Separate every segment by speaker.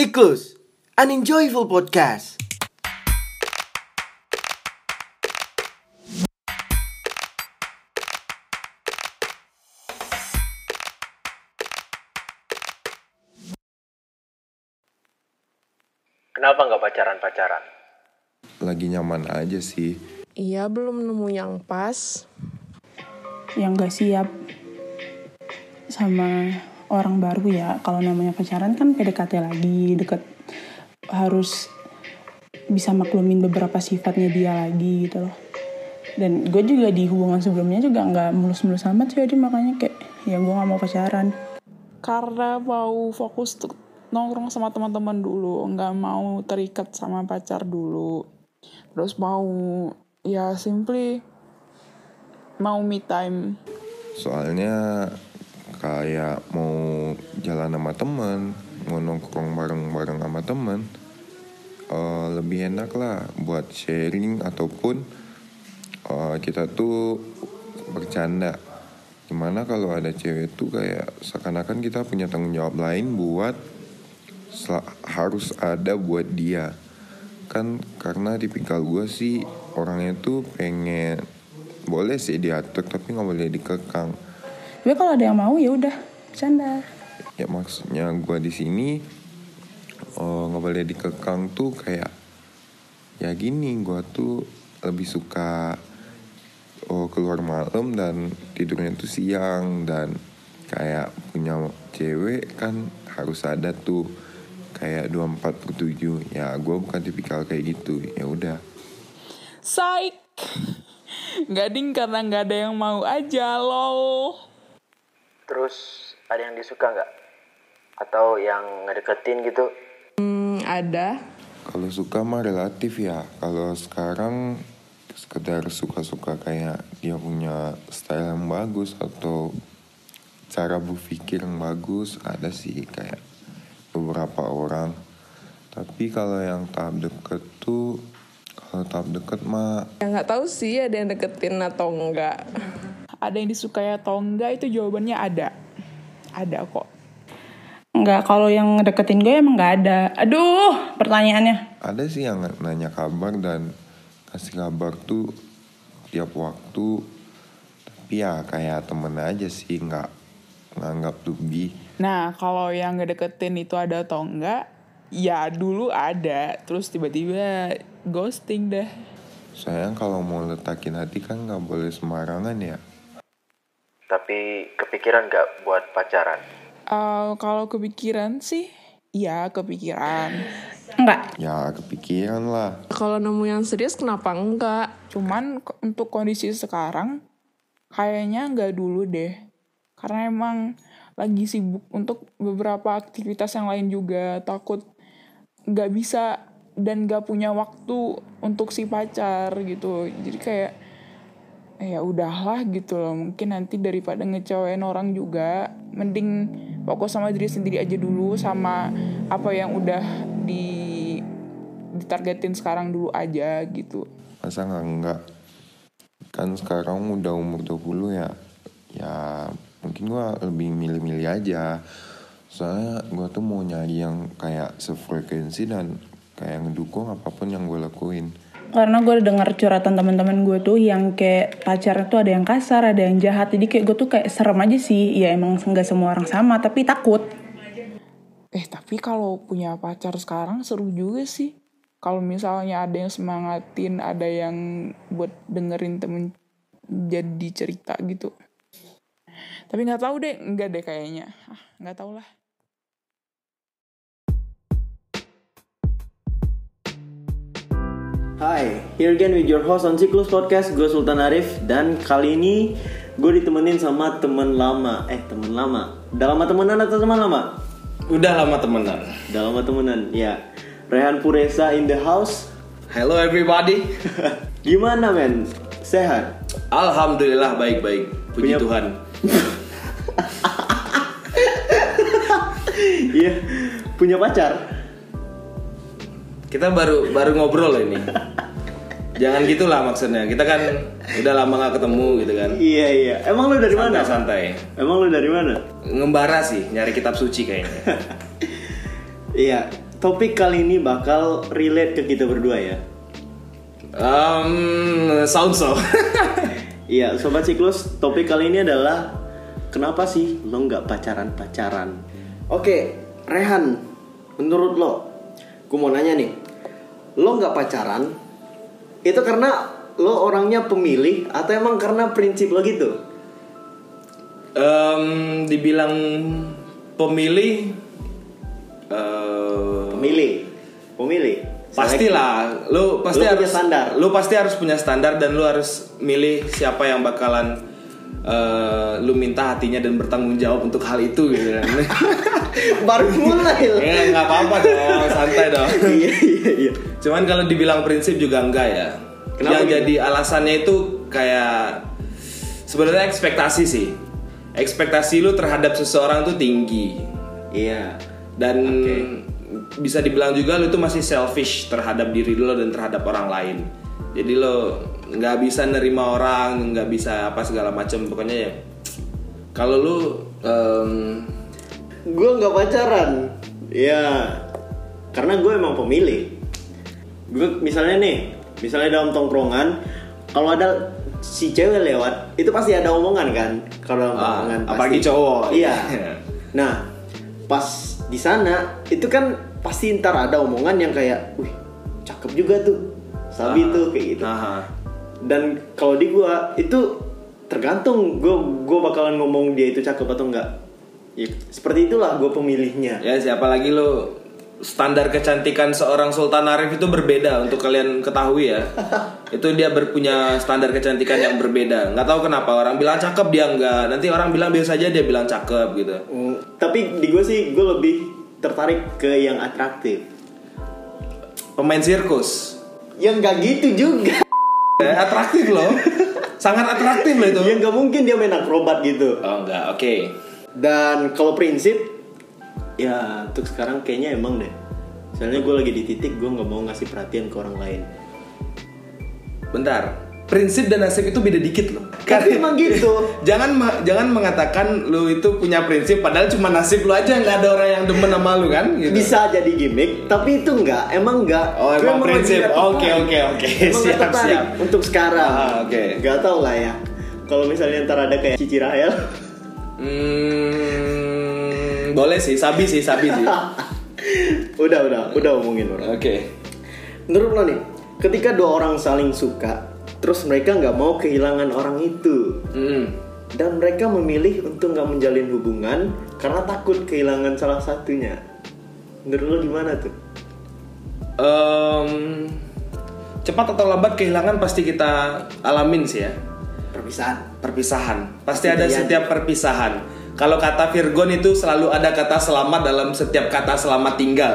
Speaker 1: Siklus, an enjoyable podcast.
Speaker 2: Kenapa nggak pacaran-pacaran?
Speaker 3: lagi nyaman aja sih.
Speaker 4: Iya belum nemu yang pas.
Speaker 5: yang gak siap sama orang baru ya kalau namanya pacaran kan PDKT lagi deket harus bisa maklumin beberapa sifatnya dia lagi gitu loh dan gue juga di hubungan sebelumnya juga nggak mulus-mulus amat sih jadi makanya kayak ya gue nggak mau pacaran
Speaker 6: karena mau fokus tuh nongkrong sama teman-teman dulu, nggak mau terikat sama pacar dulu. Terus mau ya simply mau me time.
Speaker 3: Soalnya kayak mau jalan sama temen, mau nongkrong bareng-bareng sama temen. eh, lebih enak lah buat sharing ataupun eh, kita tuh bercanda. Gimana kalau ada cewek tuh kayak seakan-akan kita punya tanggung jawab lain buat sel- harus ada buat dia. Kan karena tipikal gue sih orangnya tuh pengen boleh sih diatur tapi nggak boleh dikekang.
Speaker 5: tapi kalau ada yang mau ya udah canda
Speaker 3: ya maksudnya gue di sini eh, nggak boleh dikekang tuh kayak ya gini gue tuh lebih suka oh, keluar malam dan tidurnya tuh siang dan kayak punya cewek kan harus ada tuh kayak 24 per 7 ya gue bukan tipikal kayak gitu ya udah
Speaker 6: Saik. Gading karena nggak ada yang mau aja lol.
Speaker 2: Terus ada yang disuka nggak? Atau yang ngedeketin gitu?
Speaker 4: Hmm, ada.
Speaker 3: Kalau suka mah relatif ya. Kalau sekarang sekedar suka-suka kayak dia punya style yang bagus atau cara berpikir yang bagus ada sih kayak beberapa orang. Tapi kalau yang tahap deket tuh kalau tahap deket mah
Speaker 4: Ya nggak tahu sih ada yang deketin atau enggak.
Speaker 6: Ada yang disukai atau enggak itu jawabannya ada. Ada kok.
Speaker 5: nggak kalau yang deketin gue emang nggak ada aduh pertanyaannya
Speaker 3: ada sih yang nanya kabar dan kasih kabar tuh tiap waktu. Tapi ya kayak temen aja sih nggak nganggap lebih.
Speaker 6: Nah, kalau yang ngedeketin itu ada atau enggak? Ya dulu ada, terus tiba-tiba ghosting deh.
Speaker 3: Sayang kalau mau letakin hati kan nggak boleh sembarangan ya.
Speaker 2: Tapi kepikiran nggak buat pacaran?
Speaker 6: Eh, kalau kepikiran sih, ya kepikiran.
Speaker 5: nggak
Speaker 3: Ya kepikiran lah.
Speaker 4: Kalau nemu yang serius kenapa enggak?
Speaker 6: Cuman k- untuk kondisi sekarang, kayaknya nggak dulu deh. Karena emang lagi sibuk untuk beberapa aktivitas yang lain juga. Takut nggak bisa dan nggak punya waktu untuk si pacar gitu. Jadi kayak eh, ya udahlah gitu loh. Mungkin nanti daripada ngecewain orang juga, mending fokus sama diri sendiri aja dulu sama apa yang udah di ditargetin sekarang dulu aja gitu.
Speaker 3: Masa nggak enggak? Kan sekarang udah umur 20 ya. Ya mungkin gua lebih milih-milih aja. Soalnya gua tuh mau nyari yang kayak sefrekuensi dan kayak ngedukung apapun yang gue lakuin.
Speaker 5: karena gue dengar curhatan teman-teman gue tuh yang kayak pacar tuh ada yang kasar ada yang jahat jadi kayak gue tuh kayak serem aja sih ya emang nggak semua orang sama tapi takut
Speaker 6: Eh tapi kalau punya pacar sekarang seru juga sih. Kalau misalnya ada yang semangatin, ada yang buat dengerin temen jadi cerita gitu. Tapi nggak tahu deh, nggak deh kayaknya. Ah, Nggak tahu lah.
Speaker 7: Hai, here again with your host on Siklus Podcast, gue Sultan Arif dan kali ini gue ditemenin sama temen lama, eh temen lama, udah lama temenan atau teman lama?
Speaker 8: Udah lama temenan.
Speaker 7: Udah lama temenan, ya. Rehan Puresa in the house,
Speaker 8: Hello everybody.
Speaker 7: gimana men? Sehat?
Speaker 8: Alhamdulillah baik-baik. Puji
Speaker 7: Punya-
Speaker 8: Tuhan.
Speaker 7: Iya, punya pacar?
Speaker 8: Kita baru baru ngobrol loh ini. Jangan gitulah maksudnya. Kita kan udah lama nggak ketemu gitu kan.
Speaker 7: Iya iya, emang lu dari mana?
Speaker 8: Santai-santai.
Speaker 7: Emang lu dari mana?
Speaker 8: Ngembara sih nyari kitab suci kayaknya.
Speaker 7: Iya, topik kali ini bakal relate ke kita berdua ya.
Speaker 8: Um, sound so.
Speaker 7: Iya, sobat siklus, topik kali ini adalah kenapa sih lo nggak pacaran pacaran? Oke, Rehan, menurut lo, gue mau nanya nih, lo nggak pacaran itu karena lo orangnya pemilih atau emang karena prinsip lo gitu?
Speaker 8: um, dibilang pemilih. eh,
Speaker 7: Pemilih, pemilih.
Speaker 8: Pastilah, lu pasti
Speaker 7: Lu punya
Speaker 8: harus
Speaker 7: standar.
Speaker 8: Lu pasti harus punya standar dan lu harus milih siapa yang bakalan eh, lu minta hatinya dan bertanggung jawab untuk hal itu gitu. kan.
Speaker 7: Baru mulai. lo.
Speaker 8: ya nggak apa-apa dong, santai dong.
Speaker 7: Iya iya iya.
Speaker 8: Cuman kalau dibilang prinsip juga enggak ya.
Speaker 7: Kenapa
Speaker 8: yang
Speaker 7: gitu?
Speaker 8: jadi alasannya itu kayak sebenarnya ekspektasi sih. Ekspektasi lu terhadap seseorang tuh tinggi
Speaker 7: Iya.
Speaker 8: dan bisa dibilang juga lu tuh masih selfish terhadap diri lo dan terhadap orang lain jadi lo nggak bisa nerima orang nggak bisa apa segala macam pokoknya ya kalau lu em,
Speaker 7: Gue nggak pacaran. Iya. Karena gue emang pemilih. Gue misalnya nih, misalnya dalam tongkrongan, kalau ada si cewek lewat, itu pasti ada omongan kan? Kalau dalam
Speaker 8: Ah,
Speaker 7: tongkrongan pasti.
Speaker 8: apalagi cowok.
Speaker 7: Iya. nah, pas di sana itu kan pasti ntar ada omongan yang kayak, wih, cakep juga tuh,
Speaker 8: Ah,
Speaker 7: sabi tuh kayak gitu.
Speaker 8: aha.
Speaker 7: dan kalau di gua itu tergantung gua gua bakalan ngomong dia itu cakep atau enggak Ya, seperti itulah gua pemilihnya
Speaker 8: ya siapa lagi lo standar kecantikan seorang Sultan Arif itu berbeda untuk kalian ketahui ya itu dia berpunya standar kecantikan yang berbeda nggak tahu kenapa orang bilang cakep dia enggak nanti orang bilang biasa aja dia bilang cakep gitu
Speaker 7: Mm, tapi di gua sih gua lebih tertarik ke yang atraktif
Speaker 8: pemain sirkus
Speaker 7: yang enggak gitu juga
Speaker 8: Eh, atraktif loh sangat atraktif loh itu
Speaker 7: yang Ya, enggak mungkin dia main akrobat gitu
Speaker 8: Iya. oh enggak oke
Speaker 7: dan kalau prinsip ya untuk sekarang kayaknya emang deh soalnya gua lagi di titik gua nggak mau ngasih perhatian ke orang lain
Speaker 8: bentar prinsip dan nasib itu beda dikit loh
Speaker 7: Tapi emang gitu.
Speaker 8: jangan ma- jangan mengatakan lu itu punya prinsip padahal cuma nasib lu aja nggak ada orang yang demen sama lu kan gitu.
Speaker 7: bisa jadi gimmick tapi itu enggak emang enggak
Speaker 8: oh
Speaker 7: Gua
Speaker 8: emang
Speaker 7: lagi
Speaker 8: prinsip
Speaker 7: nggak tertarik.
Speaker 8: oke oke oke
Speaker 7: Emang nggak
Speaker 8: siap
Speaker 7: tertarik
Speaker 8: siap
Speaker 7: untuk sekarang.
Speaker 8: Ah, oke.
Speaker 7: Gak tau lah ya. Kalau misalnya ntar ada kayak Cici Rahel,
Speaker 8: hmm, boleh sih sabi sih sabi sih oke
Speaker 7: udah udah udah omongin orang. Menurut lo nih, ketika dua orang saling suka, terus mereka nggak mau kehilangan orang itu,
Speaker 8: Mm.
Speaker 7: dan mereka memilih untuk nggak menjalin hubungan karena takut kehilangan salah satunya. Menurut lo gimana tuh?
Speaker 8: Em, cepat atau lambat kehilangan pasti kita alamin sih ya
Speaker 7: Perpisahan.
Speaker 8: perpisahan. Pasti ada
Speaker 7: Kejadian.
Speaker 8: setiap perpisahan. Kalau kata Virgon itu selalu ada kata selamat dalam setiap kata selamat tinggal.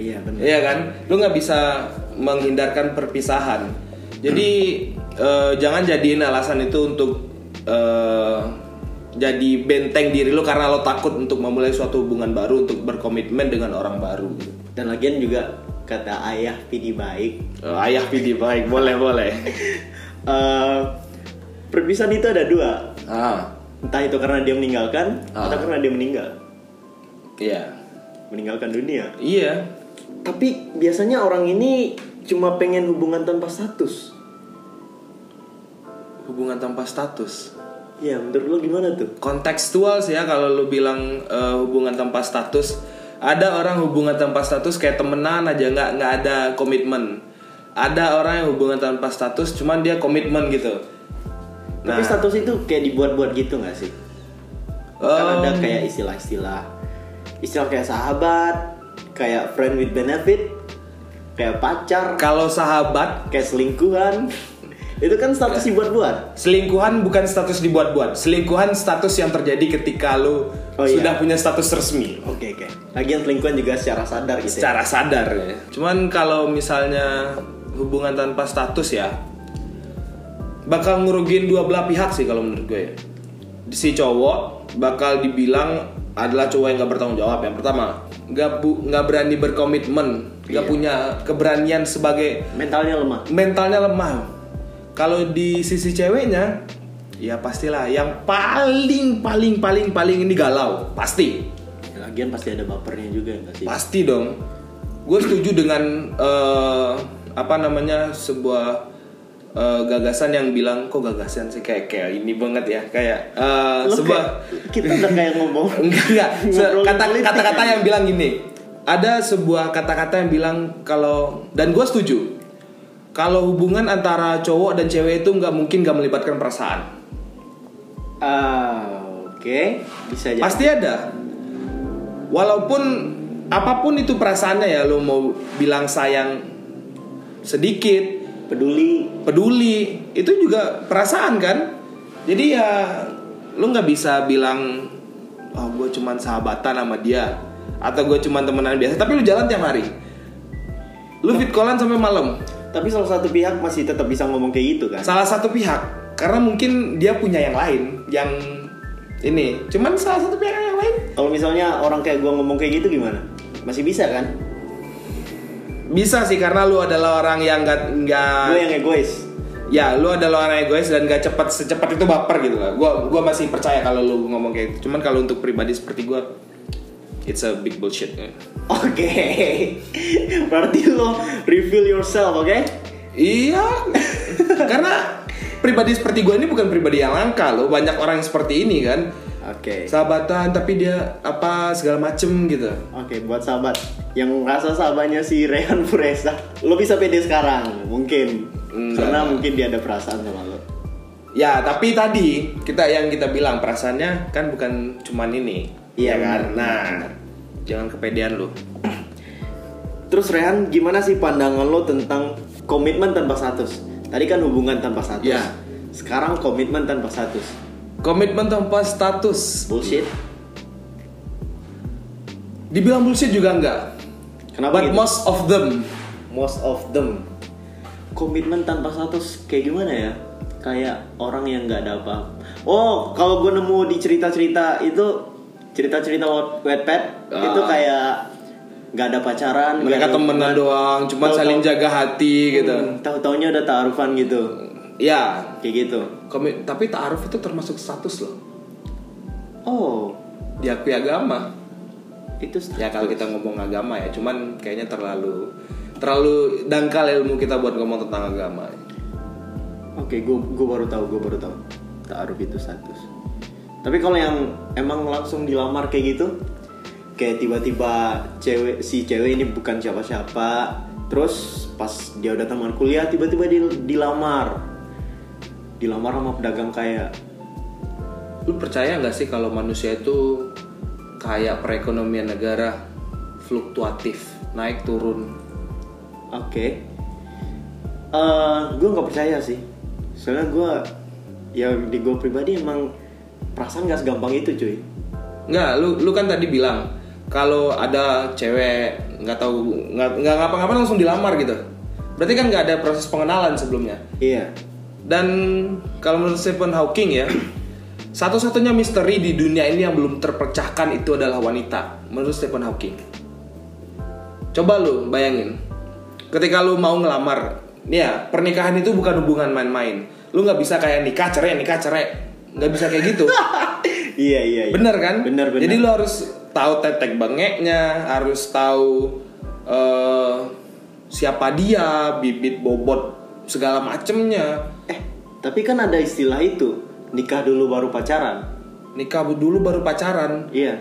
Speaker 7: Iya benar.
Speaker 8: Iya kan? Lu nggak bisa menghindarkan perpisahan. Jadi eh, jangan jadiin alasan itu untuk eh, jadi benteng diri lu karena lo takut untuk memulai suatu hubungan baru untuk berkomitmen dengan orang baru. gitu.
Speaker 7: Dan lagian juga kata ayah pidi baik,
Speaker 8: Eh, ayah pidi baik, boleh boleh.
Speaker 7: Eh, perpisahan itu ada dua,
Speaker 8: Ah,
Speaker 7: entah itu karena dia meninggalkan
Speaker 8: Ah.
Speaker 7: atau karena dia meninggal
Speaker 8: iya.
Speaker 7: meninggalkan dunia
Speaker 8: Iya.
Speaker 7: tapi biasanya orang ini cuma pengen hubungan tanpa status
Speaker 8: Hubungan tanpa status.
Speaker 7: ya menurut lo gimana tuh
Speaker 8: kontekstual sih ya kalau lu bilang eh, hubungan tanpa status ada orang hubungan tanpa status kayak temenan aja nggak nggak ada komitmen ada orang yang hubungan tanpa status cuman dia komitmen gitu Nah.
Speaker 7: tapi status itu kayak dibuat-buat gitu nggak sih kan ada
Speaker 8: Em.
Speaker 7: kayak istilah-istilah istilah kayak sahabat kayak friend with benefit kayak pacar
Speaker 8: kalau sahabat
Speaker 7: kayak selingkuhan itu kan status dibuat-buat
Speaker 8: selingkuhan bukan status dibuat-buat selingkuhan status yang terjadi ketika lu
Speaker 7: Oh, iya.
Speaker 8: sudah punya status resmi
Speaker 7: oke oke lagian selingkuhan juga secara sadar gitu ya.
Speaker 8: secara sadar ya. Cuman kalau misalnya hubungan tanpa status ya bakal ngerugiin dua belah pihak sih kalau menurut gue. ya. Si cowok bakal dibilang adalah cowok yang gak bertanggung jawab yang pertama nggak bu nggak berani berkomitmen
Speaker 7: Iya.
Speaker 8: nggak punya keberanian sebagai
Speaker 7: mentalnya lemah
Speaker 8: mentalnya lemah kalau di sisi ceweknya ya pastilah yang paling paling paling paling ini galau pasti
Speaker 7: Lagian pasti ada bapernya juga enggak sih?
Speaker 8: Pasti dong. Gue setuju dengan eh, apa namanya sebuah eh, gagasan yang bilang kok gagasan sih kayak kayak ini banget ya kayak eh,
Speaker 7: Lo
Speaker 8: sebuah
Speaker 7: kayak- kita udah kayak ngomong
Speaker 8: enggak enggak Se-
Speaker 7: Ngobrolin
Speaker 8: kata
Speaker 7: politik
Speaker 8: kata kata
Speaker 7: ya.
Speaker 8: yang bilang gini ada sebuah kata-kata yang bilang kalau dan gue setuju kalau hubungan antara cowok dan cewek itu nggak mungkin nggak melibatkan perasaan
Speaker 7: Ah, oke, bisa jadi.
Speaker 8: Pasti ada. Walaupun apapun itu perasaannya ya lo mau bilang sayang sedikit,
Speaker 7: peduli
Speaker 8: peduli, itu juga perasaan kan? Jadi ya lo nggak bisa bilang oh gue cuman sahabatan sama dia atau gue cuman temenan biasa tapi lu jalan tiap hari lu fit callan sampai malam
Speaker 7: tapi salah satu pihak masih tetap bisa ngomong kayak gitu kan
Speaker 8: salah satu pihak karena mungkin dia punya yang lain yang ini cuman salah satu pihak yang lain
Speaker 7: kalau misalnya orang kayak gua ngomong kayak gitu gimana masih bisa kan
Speaker 8: Bisa sih karena lu adalah orang yang gak, nggak
Speaker 7: gue yang egois
Speaker 8: ya lu adalah orang egois dan gak cepat secepat itu baper gitu lah. Gua gua masih percaya kalau lu ngomong kayak gitu. Cuman kalau untuk pribadi seperti gua it's a big bullshit. ya.
Speaker 7: oke berarti lo reveal yourself oke
Speaker 8: Iya. karena pribadi seperti gua ini bukan pribadi yang langka loh. Banyak orang yang seperti ini kan.
Speaker 7: oke
Speaker 8: Sahabatan tapi dia apa segala macem gitu.
Speaker 7: oke buat sahabat yang rasa sahabatnya si Rehan Furesa lo bisa pede sekarang mungkin
Speaker 8: Enggak.
Speaker 7: karena mungkin dia ada perasaan sama lo
Speaker 8: Ya, tapi tadi kita yang kita bilang perasaannya kan bukan cuman ini. Ya
Speaker 7: Iya, benar.
Speaker 8: kan? Nah, jangan kepedean lu.
Speaker 7: terus Rehan gimana sih pandangan lo tentang komitmen tanpa status tadi kan hubungan tanpa status
Speaker 8: Iya.
Speaker 7: sekarang komitmen tanpa status
Speaker 8: Komitmen tanpa status.
Speaker 7: bullshit
Speaker 8: Dibilang bullshit juga enggak.
Speaker 7: Kenapa
Speaker 8: But
Speaker 7: gitu?
Speaker 8: most of them.
Speaker 7: most of them komitmen tanpa status kayak gimana ya kayak orang yang nggak ada apa oh kalau gue nemu di cerita cerita itu cerita cerita wetpad
Speaker 8: Ah.
Speaker 7: itu kayak nggak ada pacaran nggak
Speaker 8: Mereka
Speaker 7: ada
Speaker 8: temenan doang, cuman
Speaker 7: Iya, Tahu-tahu- Hmm.
Speaker 8: saling jaga hati gitu.
Speaker 7: tahu taunya udah taarufan gitu
Speaker 8: Ya,
Speaker 7: kayak gitu
Speaker 8: komit tapi ta'aruf itu termasuk status loh.
Speaker 7: oh
Speaker 8: Diakui agama.
Speaker 7: itu
Speaker 8: Ya kalau kita ngomong agama ya, cuman kayaknya terlalu terlalu dangkal ilmu kita buat ngomong tentang agama.
Speaker 7: Oke, gue baru tahu, gue baru tahu. Taaruf itu status. Tapi kalau yang emang langsung dilamar kayak gitu, kayak tiba-tiba cewek si cewek ini bukan siapa-siapa, terus pas dia udah tamat kuliah tiba-tiba di- dilamar. Dilamar sama pedagang kaya.
Speaker 8: Lu percaya nggak sih kalau manusia itu kayak perekonomian negara fluktuatif, naik turun.
Speaker 7: Oke. Eh, gue nggak percaya sih. Soalnya gue ya di gue pribadi emang perasaan gak segampang itu cuy.
Speaker 8: Nggak, lu lu kan tadi bilang kalau ada cewek nggak tahu nggak nggak ngapa-ngapain langsung dilamar gitu. Berarti kan nggak ada proses pengenalan sebelumnya.
Speaker 7: Iya.
Speaker 8: Dan kalau menurut Stephen Hawking ya, satu-satunya misteri di dunia ini yang belum terpecahkan itu adalah wanita. Menurut Stephen Hawking. Coba lu bayangin, ketika lu mau ngelamar, nih ya pernikahan itu bukan hubungan main-main. Lu nggak bisa kayak nikah cerai nikah cerai, nggak bisa kayak gitu.
Speaker 7: Iya iya. iya.
Speaker 8: Bener kan?
Speaker 7: Bener bener.
Speaker 8: Jadi lo harus tahu tetek bengeknya, harus tahu eh, siapa dia, bibit bobot segala macemnya.
Speaker 7: Eh, tapi kan ada istilah itu, nikah dulu baru pacaran.
Speaker 8: Nikah dulu baru pacaran.
Speaker 7: Iya.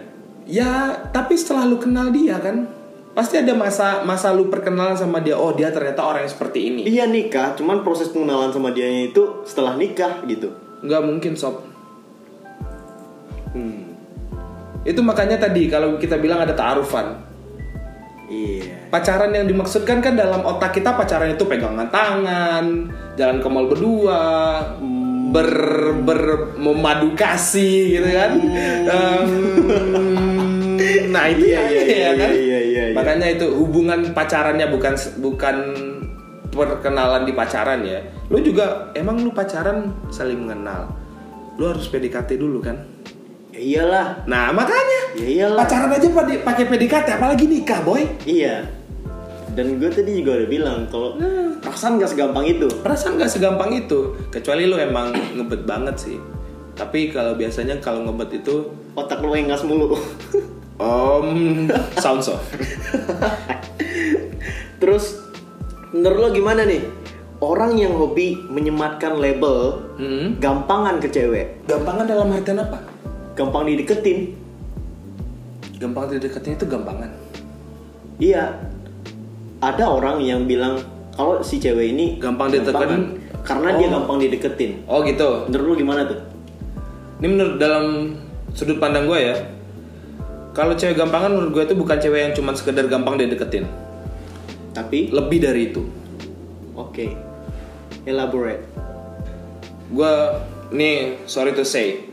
Speaker 8: Ya, tapi setelah lu kenal dia kan, pasti ada masa masa lu perkenalan sama dia. Oh, dia ternyata orang yang seperti ini.
Speaker 7: Iya nikah, cuman proses pengenalan sama dianya itu setelah nikah gitu.
Speaker 8: Nggak mungkin sob. Hmm. Itu makanya tadi kalau kita bilang ada taarufan,
Speaker 7: Iya.
Speaker 8: Pacaran yang dimaksudkan kan dalam otak kita pacaran itu pegangan tangan, jalan ke mall berdua, mm, ber ber memadu kasih gitu kan. Em, nah itu
Speaker 7: Iya,
Speaker 8: ya, ya
Speaker 7: iya, iya,
Speaker 8: kan.
Speaker 7: iya, iya, iya.
Speaker 8: Makanya itu hubungan pacarannya bukan bukan perkenalan di pacaran ya. Lu juga emang lu pacaran saling mengenal. Lu harus PDKT dulu kan.
Speaker 7: Ya iyalah.
Speaker 8: Nah, makanya
Speaker 7: Ya iyalah.
Speaker 8: pacaran aja pade- pakai PDKT apalagi nikah, boy.
Speaker 7: Iya. Dan gue tadi juga udah bilang kalau "Hmm, perasaan gak segampang itu.
Speaker 8: perasaan gak segampang itu kecuali lu emang ngebet banget sih tapi kalau biasanya kalau ngebet itu
Speaker 7: Otak lo engas mulu.
Speaker 8: Om sounds off.
Speaker 7: Terus menurut lo gimana nih? Orang yang hobi menyematkan label
Speaker 8: Hmm.
Speaker 7: gampangan ke cewek,
Speaker 8: Gampangan dalam artian apa?
Speaker 7: gampang dideketin.
Speaker 8: Gampang dideketin itu gampangan.
Speaker 7: Iya. Ada orang yang bilang kalau si cewek ini
Speaker 8: Gampang ditekan.
Speaker 7: gampangan karena dia
Speaker 8: Oh.
Speaker 7: gampang dideketin.
Speaker 8: Oh gitu.
Speaker 7: Menurut lo gimana tuh?
Speaker 8: Ini menurut dalam sudut pandang gue ya. Kalau cewek gampangan menurut gue itu bukan cewek yang cuma sekedar gampang dideketin.
Speaker 7: Tapi
Speaker 8: Lebih dari itu.
Speaker 7: oke. Elaborate.
Speaker 8: Gue nih sorry to say.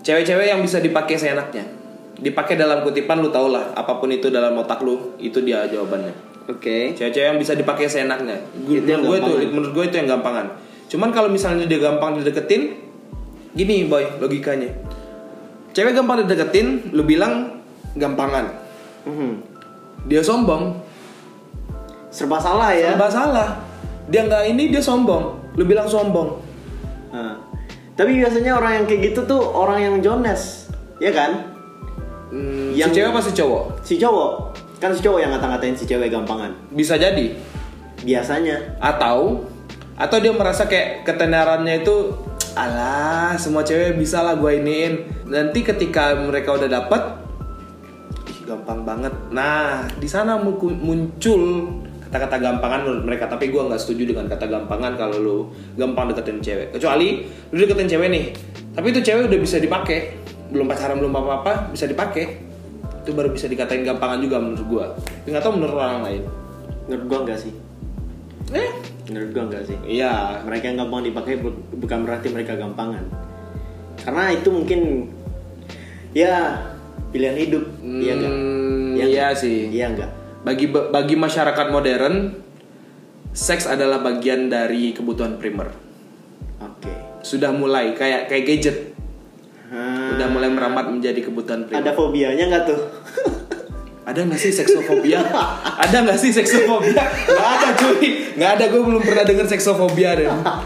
Speaker 8: Cewek-cewek yang bisa dipakai seenaknya. Dipakai dalam kutipan lu tau lah apapun itu dalam otak lu itu dia jawabannya.
Speaker 7: Oke.
Speaker 8: Cewek-cewek yang bisa dipakai seenaknya.
Speaker 7: Itu
Speaker 8: Menurut
Speaker 7: yang
Speaker 8: gue itu,
Speaker 7: gampangan.
Speaker 8: menurut gue itu yang gampangan. Cuman kalau misalnya dia gampang dideketin, gini boy logikanya. Cewek gampang dideketin, lu bilang gampangan.
Speaker 7: Mhm.
Speaker 8: Dia sombong,
Speaker 7: Serba salah ya.
Speaker 8: serba salah. Dia nggak ini dia sombong. Lu bilang sombong.
Speaker 7: Nah, Tapi biasanya orang yang kayak gitu tuh orang yang jones, ya kan?
Speaker 8: Hmm, Si
Speaker 7: Yang-
Speaker 8: cewek pasti cowok.
Speaker 7: Si cowok kan si cowok yang ngata-ngatain si cewek gampangan.
Speaker 8: Bisa jadi.
Speaker 7: Biasanya.
Speaker 8: Atau atau dia merasa kayak ketenarannya itu alah semua cewek bisa lah gue iniin nanti ketika mereka udah dapet ih, gampang banget nah di sana muku- muncul kata-kata gampangan menurut mereka tapi gue nggak setuju dengan kata gampangan kalau lu gampang deketin cewek kecuali lu deketin cewek nih tapi itu cewek udah bisa dipakai belum pacaran belum apa-apa bisa dipakai itu baru bisa dikatain gampangan juga menurut gue nggak tahu menurut orang lain
Speaker 7: Menurut gua enggak sih.
Speaker 8: eh
Speaker 7: Menurut gua enggak sih.
Speaker 8: iya
Speaker 7: Mereka yang gampang dipakai bu- bukan berarti mereka gampangan. Karena itu mungkin ya pilihan hidup, iya enggak?
Speaker 8: Hmm,
Speaker 7: nggak?
Speaker 8: iya sih.
Speaker 7: Iya enggak?
Speaker 8: bagi bagi masyarakat modern seks adalah bagian dari kebutuhan primer
Speaker 7: Oke.
Speaker 8: sudah mulai kayak kayak gadget
Speaker 7: Hah,
Speaker 8: udah mulai merambat menjadi kebutuhan
Speaker 7: Ah. Ada
Speaker 8: primer
Speaker 7: fobianya enggak tuh?
Speaker 8: ada nggak sih seksofobia ada nggak sih seksofobia nggak ada cuy nggak ada gue belum pernah denger seksofobia deh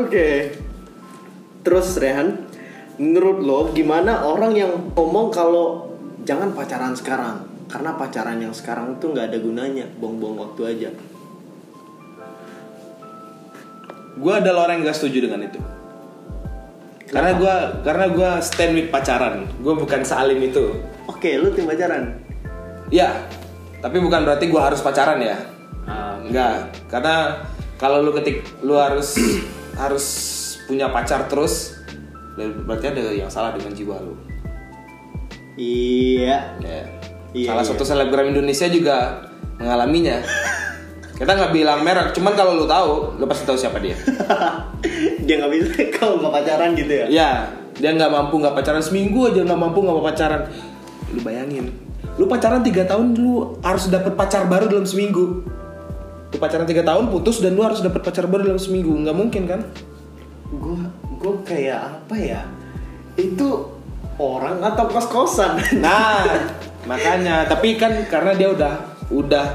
Speaker 7: Oke. Terus Rehan, menurut lo gimana orang yang ngomong kalau jangan pacaran sekarang? Karena pacaran yang sekarang tuh nggak ada gunanya, buang-buang waktu aja.
Speaker 8: gue adalah orang yang gak setuju dengan itu karena gue karena gue stand with pacaran gue bukan sealim itu
Speaker 7: Oke, lu tim pacaran.
Speaker 8: Ya, tapi bukan berarti gue harus pacaran ya.
Speaker 7: Ah,
Speaker 8: Enggak, karena kalau lu ketik lu harus harus punya pacar terus, berarti ada yang salah dengan jiwa lu.
Speaker 7: Iya.
Speaker 8: Ya.
Speaker 7: Iya,
Speaker 8: salah
Speaker 7: iya.
Speaker 8: satu selebgram Indonesia juga mengalaminya. Kita nggak bilang merek, cuman kalau lu tahu, lu pasti tahu siapa dia.
Speaker 7: Dia nggak bisa kalau nggak pacaran gitu ya.
Speaker 8: Ya, dia nggak mampu nggak pacaran seminggu aja nggak mampu nggak mau pacaran. Lu bayangin, lu pacaran tiga tahun lu harus dapet pacar baru dalam seminggu. Lu pacaran tiga tahun putus dan lu harus dapet pacar baru dalam seminggu, nggak mungkin kan?
Speaker 7: Gue gue kayak apa ya? Itu orang atau kos-kosan.
Speaker 8: Nah, makanya. Tapi kan karena dia udah udah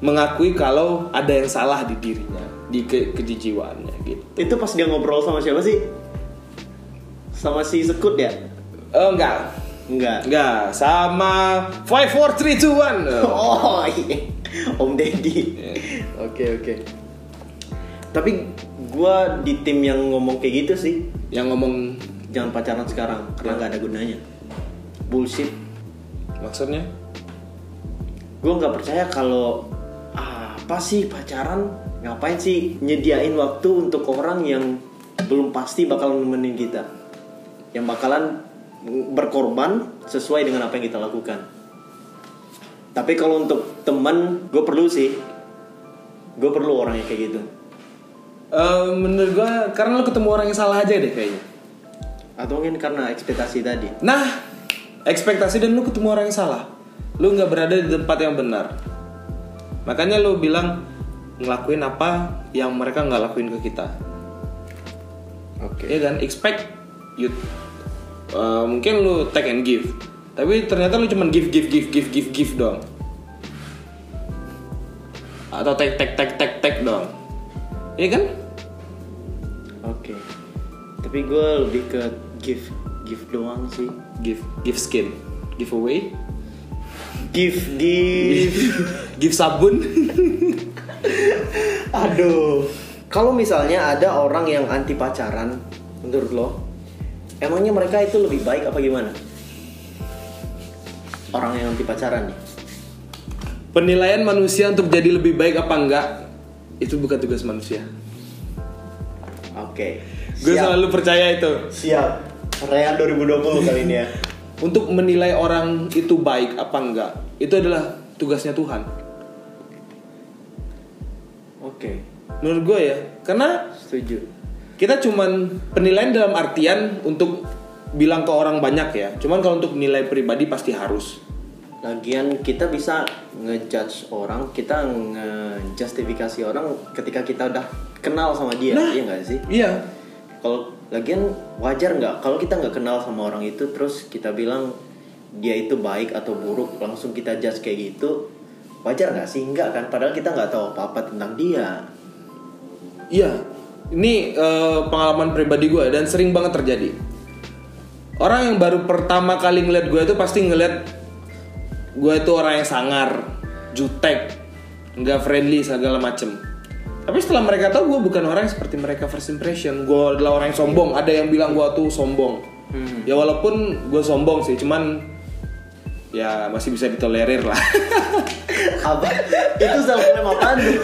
Speaker 8: mengakui kalau ada yang salah di dirinya, di ke, kejiwaannya gitu.
Speaker 7: itu pas dia ngobrol sama siapa sih? Sama si Sekut ya?
Speaker 8: Oh, enggak,
Speaker 7: Enggak.
Speaker 8: enggak sama five, four, three, two, one.
Speaker 7: Oh iya, Om Deddy. Oke oke. Tapi gua di tim yang ngomong kayak gitu sih,
Speaker 8: Yang ngomong
Speaker 7: jangan pacaran sekarang karena nggak ada gunanya. Bullshit.
Speaker 8: maksudnya?
Speaker 7: Gua nggak percaya kalau "Ah, apa sih pacaran? Ngapain sih nyediain waktu untuk orang yang belum pasti bakal nemenin kita, yang bakalan berkorban sesuai dengan apa yang kita lakukan. Tapi kalau untuk teman, gue perlu sih. Gue perlu orang yang kayak gitu.
Speaker 8: Eh, menurut gue karena lo ketemu orang yang salah aja deh kayaknya.
Speaker 7: Atau mungkin karena ekspektasi tadi.
Speaker 8: Nah, ekspektasi dan lo ketemu orang yang salah. Lo nggak berada di tempat yang benar. Makanya lo bilang ngelakuin apa yang mereka nggak lakuin ke kita.
Speaker 7: Oke.
Speaker 8: Ya kan, expect you eh, mungkin lo take and give. Tapi ternyata lo cuman give give give give give give dong. Atau take take take take take dong. Iya kan?
Speaker 7: Oke. Tapi gue lebih ke give give doang sih.
Speaker 8: Give give skin. giveaway,
Speaker 7: Give, give.
Speaker 8: give sabun.
Speaker 7: Aduh. Kalau misalnya ada orang yang anti pacaran, menurut lo, emangnya mereka itu lebih baik apa gimana? Orang yang anti pacaran nih.
Speaker 8: Penilaian manusia untuk jadi lebih baik apa enggak itu bukan tugas manusia.
Speaker 7: Oke.
Speaker 8: Gue
Speaker 7: Siap.
Speaker 8: selalu percaya itu.
Speaker 7: Siap. Rean 2020 kali ini ya.
Speaker 8: Untuk menilai orang itu baik apa enggak itu adalah tugasnya Tuhan.
Speaker 7: Oke.
Speaker 8: Menurut gue ya, karena
Speaker 7: Setuju.
Speaker 8: kita cuman penilaian dalam artian untuk bilang ke orang banyak ya. Cuman kalau untuk nilai pribadi pasti harus.
Speaker 7: Lagian kita bisa ngejudge orang, kita ngejustifikasi orang ketika kita udah kenal sama dia,
Speaker 8: Nah.
Speaker 7: iya nggak sih?
Speaker 8: Iya,
Speaker 7: Kalau lagian wajar nggak kalau kita nggak kenal sama orang itu terus kita bilang dia itu baik atau buruk langsung kita judge kayak gitu wajar nggak sih nggak kan padahal kita nggak tahu apa-apa tentang dia
Speaker 8: Iya, ini eh, pengalaman pribadi gue dan sering banget terjadi. Orang yang baru pertama kali ngeliat gue itu pasti ngeliat gue itu orang yang sangar, jutek, nggak friendly segala macem. Tapi setelah mereka tahu gue bukan orang yang seperti mereka first impression, gue adalah orang yang sombong. Ada yang bilang gue tuh sombong. Ya walaupun gue sombong sih, cuman ya masih bisa ditolerir lah.
Speaker 7: apa itu self-claim apaan tuh?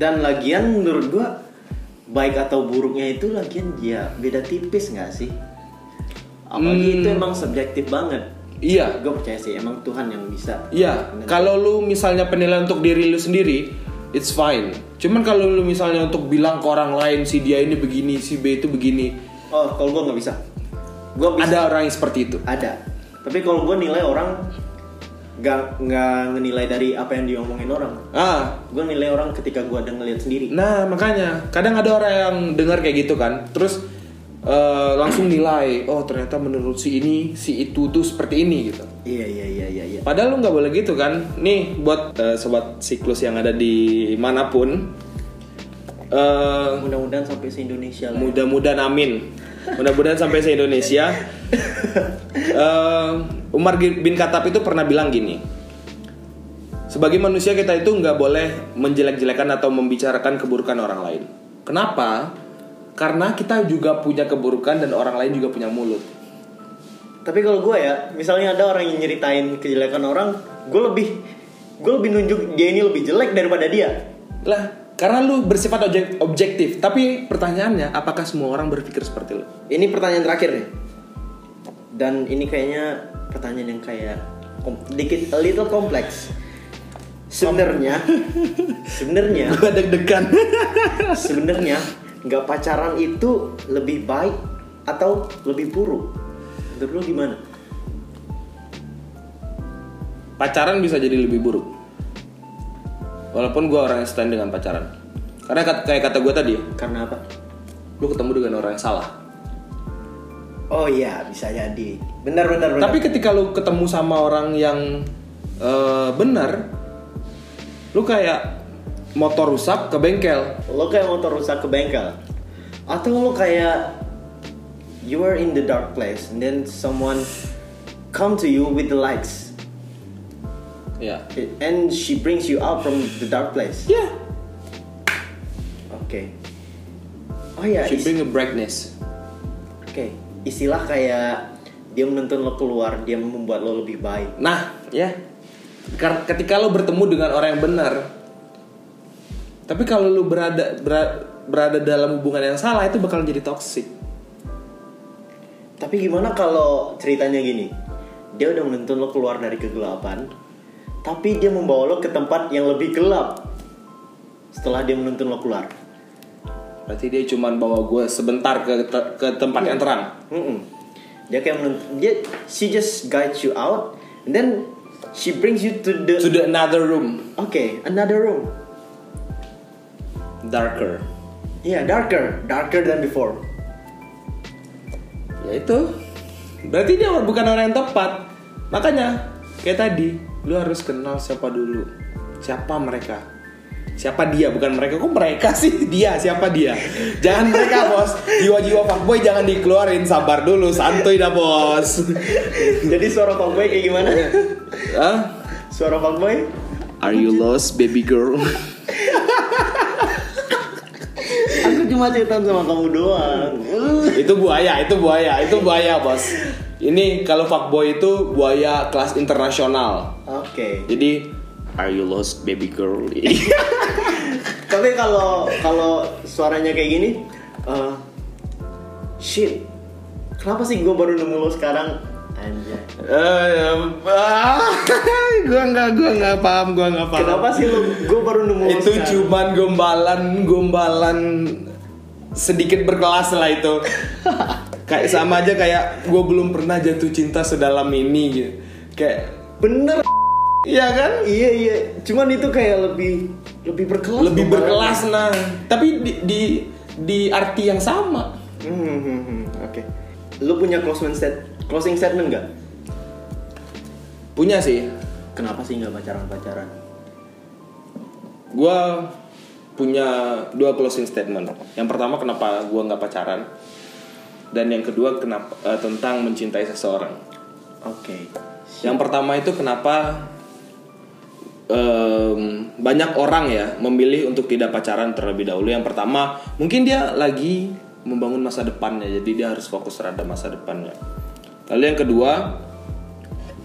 Speaker 7: dan lagian menurut gua baik atau buruknya itu lagian dia beda tipis nggak sih apalagi
Speaker 8: Hmm.
Speaker 7: itu emang subjektif banget
Speaker 8: iya,
Speaker 7: gue percaya sih emang Tuhan yang bisa
Speaker 8: Iya, kalau lu misalnya penilaian untuk diri lu sendiri, it's fine. Cuman kalau lu misalnya untuk bilang ke orang lain si dia ini begini, si B itu begini,
Speaker 7: oh kalau gua nggak bisa gua bisa
Speaker 8: ada orang yang seperti itu.
Speaker 7: ada tapi kalau gue nilai orang nggak nggak ngenilai dari apa yang diomongin orang
Speaker 8: Ah,
Speaker 7: gue nilai orang ketika gue ada ngeliat sendiri
Speaker 8: nah makanya kadang ada orang yang dengar kayak gitu kan, terus eh, langsung nilai, oh ternyata menurut si ini, si itu tuh seperti ini gitu.
Speaker 7: iya iya iya iya iya
Speaker 8: Padahal lu nggak boleh gitu kan. Nih buat eh, sobat siklus yang ada di manapun, eh,
Speaker 7: mudah-mudahan sampai se Indonesia lah
Speaker 8: Mudah-mudahan amin. Mudah-mudahan sampai se Indonesia. Eh, Umar bin Khattab itu pernah bilang gini. Sebagai manusia kita itu nggak boleh menjelek-jelekan atau membicarakan keburukan orang lain. Kenapa? Karena kita juga punya keburukan dan orang lain juga punya mulut.
Speaker 7: tapi kalau gue ya misalnya ada orang yang nyeritain kejelekan orang gue lebih gue lebih nunjuk dia ini lebih jelek daripada dia
Speaker 8: Lah, karena lu bersifat objek- objektif. Tapi pertanyaannya, apakah semua orang berpikir seperti lu?
Speaker 7: ini pertanyaan terakhir nih dan ini kayaknya pertanyaan yang kayak kom- dikit a little complex sebenarnya sebenarnya
Speaker 8: Gua deg-degan.
Speaker 7: sebenarnya nggak pacaran itu lebih baik atau lebih buruk menurut lu gimana
Speaker 8: pacaran bisa jadi lebih buruk walaupun gue orang yang stand dengan pacaran karena kat- kayak kata gue tadi
Speaker 7: karena apa
Speaker 8: lu ketemu dengan orang yang salah
Speaker 7: oh iya bisa jadi benar benar benar
Speaker 8: tapi ketika lu ketemu sama orang yang eh, benar lu kayak motor rusak ke bengkel
Speaker 7: lo kayak motor rusak ke bengkel atau lo kayak you are in the dark place and then someone come to you with the lights Iya.
Speaker 8: ya
Speaker 7: and she brings you out from the dark place
Speaker 8: ya
Speaker 7: oke oh ya
Speaker 8: should bring a brightness
Speaker 7: Oke, istilah kayak dia menuntun lo keluar, dia membuat lo lebih baik.
Speaker 8: nah ya Kar- ketika lu bertemu dengan orang yang benar tapi kalau lu berada bera- berada dalam hubungan yang salah itu bakal jadi toxic
Speaker 7: Tapi gimana kalau ceritanya gini? Dia udah menuntun lo keluar dari kegelapan, tapi dia membawa lo ke tempat yang lebih gelap. Setelah dia menuntun lo keluar.
Speaker 8: Berarti dia cuman bawa gue sebentar ke ke tempat yang terang.
Speaker 7: Mm-mm. Dia kayak menuntun, dia she just guides you out, and then she brings you to the
Speaker 8: To the another room,
Speaker 7: Oke, another room.
Speaker 8: darker.
Speaker 7: Yeah, Iya, darker, darker than before.
Speaker 8: Ya itu. Berarti dia bukan orang yang tepat. Makanya kayak tadi, lu harus kenal siapa dulu. Siapa mereka? siapa dia bukan mereka kok mereka sih dia siapa dia jangan mereka bos jiwa-jiwa fuckboy jangan dikeluarin sabar dulu santuy dah bos
Speaker 7: Jadi suara fuckboy kayak gimana?
Speaker 8: Hah?
Speaker 7: Suara fuckboy?
Speaker 8: are you lost baby girl
Speaker 7: Aku cuma cerita sama kamu doang.
Speaker 8: itu buaya itu buaya itu buaya bos ini kalau fuckboy itu buaya kelas internasional
Speaker 7: Oke.
Speaker 8: jadi are you lost baby girl Eh,
Speaker 7: Tapi kalau kalau suaranya kayak gini, eh, shit. Kenapa sih gue baru nemu lo sekarang? Anjay.
Speaker 8: Eh, ah, gua nggak gua nggak paham gua nggak paham
Speaker 7: Kenapa sih lo? Gue baru nemu lo
Speaker 8: itu
Speaker 7: sekarang.
Speaker 8: cuman gombalan gombalan sedikit berkelas lah itu kayak sama aja kayak gue belum pernah jatuh cinta sedalam ini gitu kayak
Speaker 7: Bener.
Speaker 8: iya kan
Speaker 7: Iya iya. Cuman itu kayak lebih lebih berkelas.
Speaker 8: lebih
Speaker 7: dong, malah.
Speaker 8: berkelas nah tapi di, di di arti yang sama
Speaker 7: Hmm, hmm, hmm. Oke. Lo punya closing set closing statement nggak?
Speaker 8: punya sih
Speaker 7: Kenapa sih nggak pacaran pacaran?
Speaker 8: gue punya dua closing statement yang pertama kenapa gue nggak pacaran dan yang kedua kenapa eh, tentang mencintai seseorang
Speaker 7: Oke.
Speaker 8: yang pertama itu kenapa em, banyak orang ya memilih untuk tidak pacaran terlebih dahulu yang pertama mungkin dia lagi membangun masa depannya jadi dia harus fokus terhadap masa depannya lalu yang kedua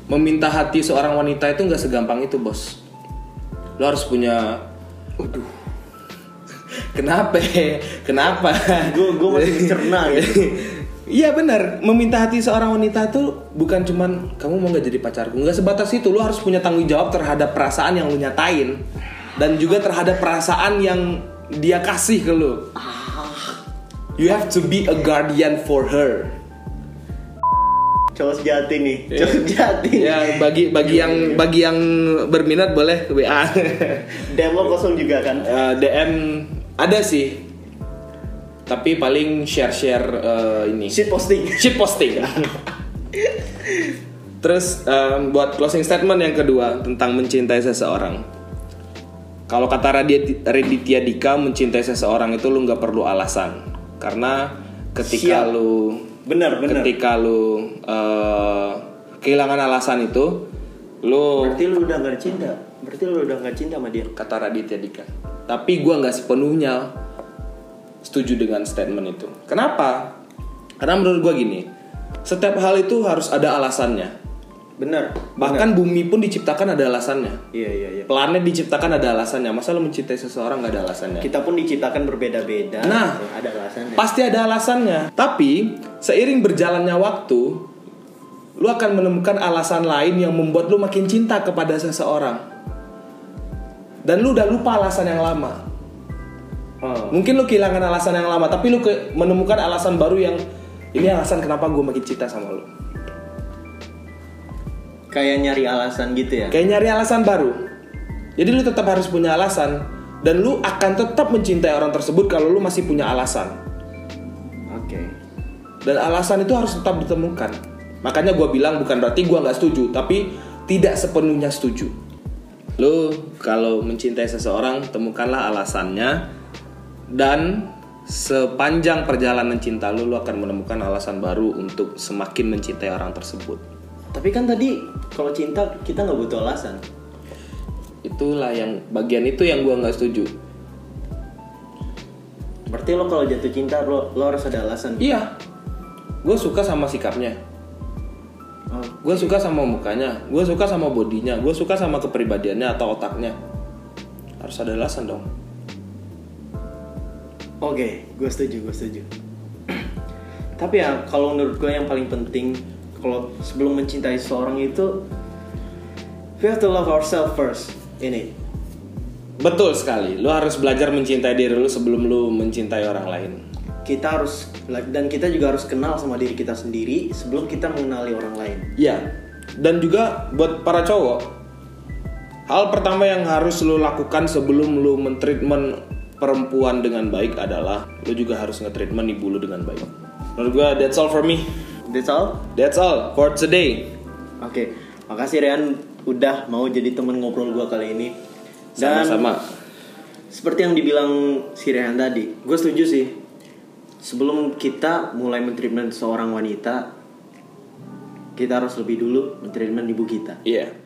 Speaker 8: meminta hati seorang wanita itu nggak segampang itu bos lo harus punya Waduh kenapa kenapa
Speaker 7: Gue gue masih dicerna gitu.
Speaker 8: Iya benar, meminta hati seorang wanita tuh bukan cuman kamu mau nggak jadi pacarku, nggak sebatas itu. Lu harus punya tanggung jawab terhadap perasaan yang lu nyatain dan juga terhadap perasaan yang dia kasih ke lu.
Speaker 7: Ah.
Speaker 8: You have to be a guardian for her.
Speaker 7: Cowok sejati nih.
Speaker 8: Iya.
Speaker 7: Cowok sejati.
Speaker 8: Ya bagi bagi yang bagi yang berminat boleh ke WA.
Speaker 7: Demo kosong juga kan?
Speaker 8: Eh, DM ada sih, tapi paling share-share eh, ini.
Speaker 7: Shit posting.
Speaker 8: shit posting. Terus em, buat closing statement yang kedua tentang mencintai seseorang. Kalau kata Radia- Raditya Dika mencintai seseorang itu lu nggak perlu alasan karena ketika
Speaker 7: Siap.
Speaker 8: lu
Speaker 7: Bener bener.
Speaker 8: ketika lu eh, kehilangan alasan itu lu
Speaker 7: Berarti lu udah nggak cinta. Berarti lu udah nggak cinta sama dia.
Speaker 8: kata Raditya Dika. Tapi gua nggak sepenuhnya setuju dengan statement itu. Kenapa? Karena menurut gua gini, setiap hal itu harus ada alasannya.
Speaker 7: Bener.
Speaker 8: Bahkan bumi pun diciptakan ada alasannya.
Speaker 7: Iya iya iya.
Speaker 8: Planet diciptakan ada alasannya. Masa lo mencintai seseorang nggak ada alasannya?
Speaker 7: Kita pun diciptakan berbeda-beda.
Speaker 8: Nah.
Speaker 7: ada ya. alasannya.
Speaker 8: Pasti ada alasannya. Tapi seiring berjalannya waktu, lu akan menemukan alasan lain yang membuat lu makin cinta kepada seseorang. Dan lu udah lupa alasan yang lama.
Speaker 7: Oh.
Speaker 8: Mungkin lu kehilangan alasan yang lama, tapi lu ke- menemukan alasan baru yang ini alasan kenapa gue makin cinta sama lu.
Speaker 7: Kayak nyari alasan gitu ya.
Speaker 8: Kayak nyari alasan baru. Jadi lu tetap harus punya alasan dan lu akan tetap mencintai orang tersebut kalau lu masih punya alasan.
Speaker 7: Oke.
Speaker 8: Dan alasan itu harus tetap ditemukan. Makanya gua bilang bukan berarti gua nggak setuju, tapi tidak sepenuhnya setuju. Lu kalau mencintai seseorang temukanlah alasannya dan sepanjang perjalanan cinta lu lu akan menemukan alasan baru untuk semakin mencintai orang tersebut.
Speaker 7: Tapi kan tadi kalau cinta kita nggak butuh alasan.
Speaker 8: Itulah yang bagian itu yang gua nggak setuju.
Speaker 7: Berarti lo kalau jatuh cinta lo, lo harus ada alasan.
Speaker 8: Iya. Gue suka sama sikapnya.
Speaker 7: Oh.
Speaker 8: Gue suka sama mukanya. Gue suka sama bodinya. Gue suka sama kepribadiannya atau otaknya. Harus ada alasan dong.
Speaker 7: Oke, gue setuju, gue setuju. Tapi ya kalau menurut gue yang paling penting kalau sebelum mencintai seorang itu we have to love ourselves first. Ini.
Speaker 8: Betul sekali. Lu harus belajar mencintai diri lu sebelum lu mencintai orang lain.
Speaker 7: Kita harus dan kita juga harus kenal sama diri kita sendiri sebelum kita mengenali orang lain.
Speaker 8: Iya. Dan juga buat para cowok, hal pertama yang harus lu lakukan sebelum lu mentreatment perempuan dengan baik adalah lu juga harus nge-treatment ibu lu dengan baik. Menurut gue that's all for me.
Speaker 7: That's all.
Speaker 8: That's all for today.
Speaker 7: Oke. Makasih Rian udah mau jadi teman ngobrol gue kali ini. Dan
Speaker 8: Sama-sama.
Speaker 7: seperti yang dibilang si Rehan tadi, gue setuju sih. Sebelum kita mulai mentreatment seorang wanita, kita harus lebih dulu mentreatment ibu kita.
Speaker 8: Iya.